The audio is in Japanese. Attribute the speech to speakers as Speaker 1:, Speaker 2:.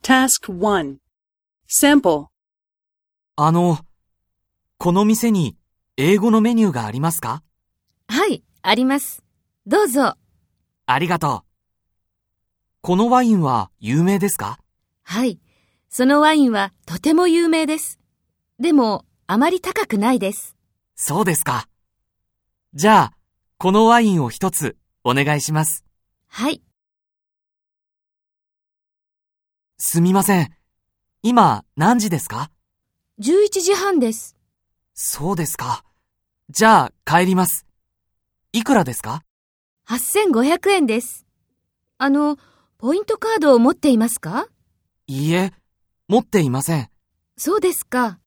Speaker 1: Task 1. Sample.
Speaker 2: あの、この店に英語のメニューがありますか
Speaker 3: はい、あります。どうぞ。
Speaker 2: ありがとう。このワインは有名ですか
Speaker 3: はい。そのワインはとても有名です。でも、あまり高くないです。
Speaker 2: そうですか。じゃあ、このワインを一つお願いします。
Speaker 3: はい。
Speaker 2: すみません。今何時ですか
Speaker 3: 11時半です。
Speaker 2: そうですか。じゃあ帰ります。いくらですか
Speaker 3: 8500円です。あの、ポイントカードを持っていますか
Speaker 2: いいえ、持っていません。
Speaker 3: そうですか。